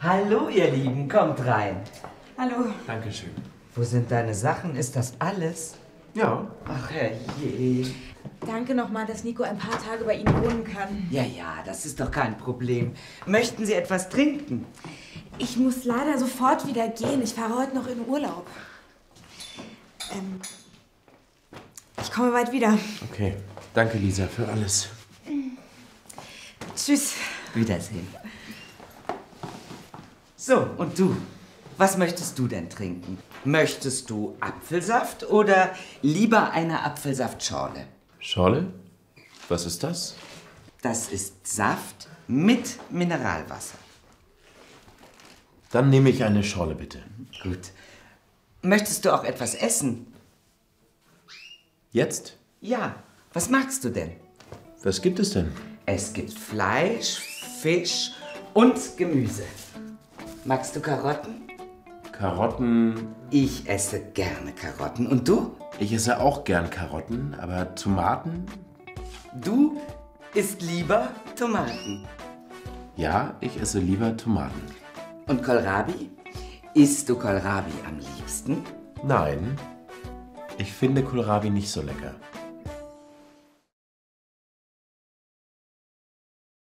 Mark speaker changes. Speaker 1: Hallo, ihr Lieben, kommt rein.
Speaker 2: Hallo.
Speaker 3: Dankeschön.
Speaker 1: Wo sind deine Sachen? Ist das alles?
Speaker 3: Ja.
Speaker 1: Ach, herrje.
Speaker 2: Danke nochmal, dass Nico ein paar Tage bei Ihnen wohnen kann.
Speaker 1: Ja, ja, das ist doch kein Problem. Möchten Sie etwas trinken?
Speaker 2: Ich muss leider sofort wieder gehen. Ich fahre heute noch in Urlaub. Ähm, ich komme bald wieder.
Speaker 3: Okay. Danke, Lisa, für alles.
Speaker 2: Tschüss.
Speaker 1: Wiedersehen. So, und du? Was möchtest du denn trinken? Möchtest du Apfelsaft oder lieber eine Apfelsaftschorle?
Speaker 3: Schorle? Was ist das?
Speaker 1: Das ist Saft mit Mineralwasser.
Speaker 3: Dann nehme ich eine Schorle, bitte.
Speaker 1: Gut. Möchtest du auch etwas essen?
Speaker 3: Jetzt?
Speaker 1: Ja. Was magst du denn?
Speaker 3: Was gibt es denn?
Speaker 1: Es gibt Fleisch, Fisch und Gemüse. Magst du Karotten?
Speaker 3: Karotten.
Speaker 1: Ich esse gerne Karotten. Und du?
Speaker 3: Ich esse auch gern Karotten, aber Tomaten?
Speaker 1: Du isst lieber Tomaten.
Speaker 3: Ja, ich esse lieber Tomaten.
Speaker 1: Und Kohlrabi? Isst du Kohlrabi am liebsten?
Speaker 3: Nein. Ich finde Kohlrabi nicht so lecker.